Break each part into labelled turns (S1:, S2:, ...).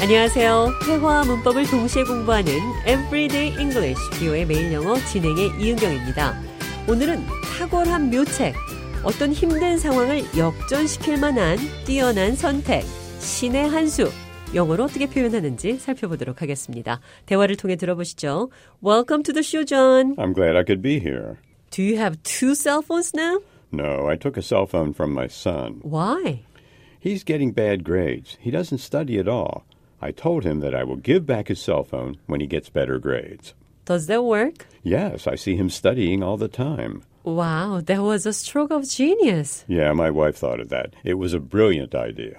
S1: 안녕하세요. 회화와 문법을 동시에 공부하는 Everyday English 비오의 매일 영어 진행의 이은경입니다. 오늘은 탁월한 묘책, 어떤 힘든 상황을 역전시킬 만한 뛰어난 선택, 신의 한수, 영어로 어떻게 표현하는지 살펴보도록 하겠습니다. 대화를 통해 들어보시죠. Welcome to the show, John.
S2: I'm glad I could be here.
S1: Do you have two cell phones now?
S2: No, I took a cell phone from my son.
S1: Why?
S2: He's getting bad grades. He doesn't study at all. I told him that I will give back his cell phone when he gets better grades.
S1: Does that work?
S2: Yes, I see him studying all the time.
S1: Wow, that was a stroke of genius.
S2: Yeah, my wife thought of that. It was a brilliant idea.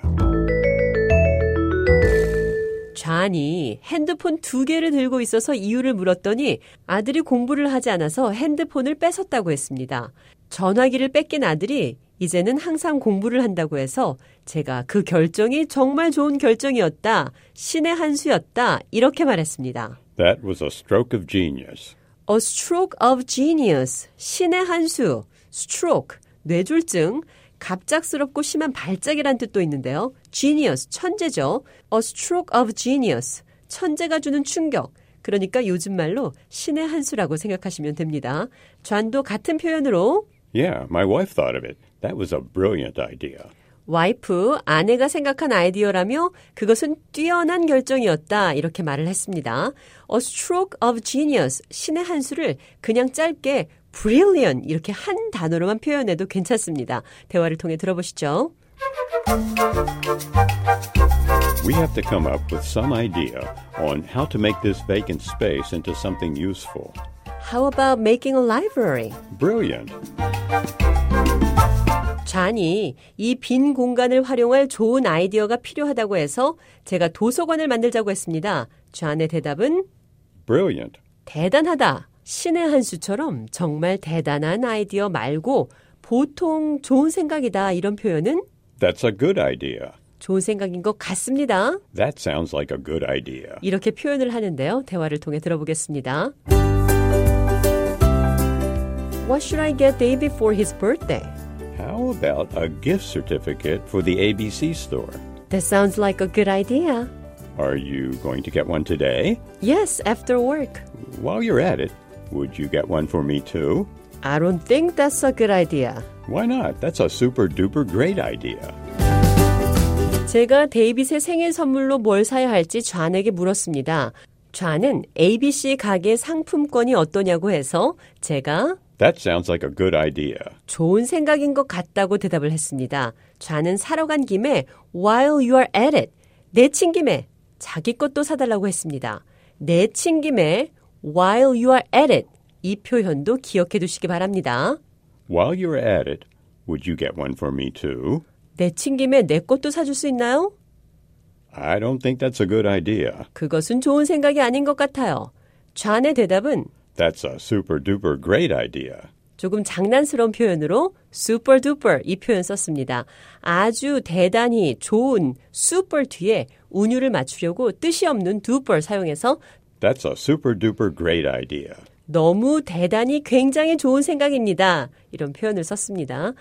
S1: 좌니 핸드폰 두 개를 들고 있어서 이유를 물었더니 아들이 공부를 하지 않아서 핸드폰을 뺏었다고 했습니다. 전화기를 뺏긴 아들이 이제는 항상 공부를 한다고 해서 제가 그 결정이 정말 좋은 결정이었다. 신의 한 수였다. 이렇게 말했습니다.
S2: That was a stroke of genius.
S1: A stroke of genius. 신의 한 수. stroke. 뇌졸중. 갑작스럽고 심한 발작이란 뜻도 있는데요. genius. 천재죠. A stroke of genius. 천재가 주는 충격. 그러니까 요즘 말로 신의 한 수라고 생각하시면 됩니다. 좌도 같은 표현으로
S2: Yeah, my wife thought of it. That was a brilliant idea.
S1: 와이프, 아내가 생각한 아이디어라며 그것은 뛰어난 결정이었다. 이렇게 말을 했습니다. A stroke of genius, 신의 한 수를 그냥 짧게 brilliant 이렇게 한 단어로만 표현해도 괜찮습니다. 대화를 통해 들어보시죠.
S2: We have to come up with some idea on how to make this vacant space into something useful.
S1: How about making a library?
S2: Brilliant.
S1: 잔이 이 빈 공간을 활용할 좋은 아이디어가 필요하다고 해서 제가 도서관을 만들자고 했습니다. 잔의 대답은
S2: Brilliant.
S1: 대단하다. 신의 한 수처럼 정말 대단한 아이디어 말고 보통 좋은 생각이다. 이런 표현은
S2: That's a good idea.
S1: 좋은 생각인 것 같습니다.
S2: That sounds like a good idea.
S1: 이렇게 표현을 하는데요. 대화를 통해 들어보겠습니다. What should I get David for his birthday?
S2: How about a gift certificate for the ABC store?
S1: That sounds like a good idea.
S2: Are you going to get one today?
S1: Yes, after work.
S2: While you're at it, would you get one for me too?
S1: I don't think that's a good idea.
S2: Why not? That's a super duper great idea.
S1: 제가 데이빗의 생일 선물로 뭘 사야 할지 좌에게 물었습니다. 좌는 ABC 가게 상품권이 어떠냐고 해서 제가
S2: That sounds like a good idea.
S1: 좋은 생각인 것 같다고 대답을 했습니다. 좌는 사러 간 김에 while you are at it 내친 김에 자기 것도 사달라고 했습니다. 내친 김에 while you are at it 이 표현도 기억해 두시기 바랍니다.
S2: While you're at it, would you get one for me too?
S1: 내친 김에 내 것도 사줄 수 있나요?
S2: I don't think that's a good idea.
S1: 그것은 좋은 생각이 아닌 것 같아요. 좌의 대답은
S2: That's a super duper great idea.
S1: 조금 장난스러운 표현으로 super duper 이 표현 썼습니다. 아주 대단히 좋은 super 뒤에 운율을 맞추려고 뜻이 없는 duper 사용해서
S2: That's a super duper great idea.
S1: 너무 대단히 굉장히 좋은 생각입니다. 이런 표현을 썼습니다.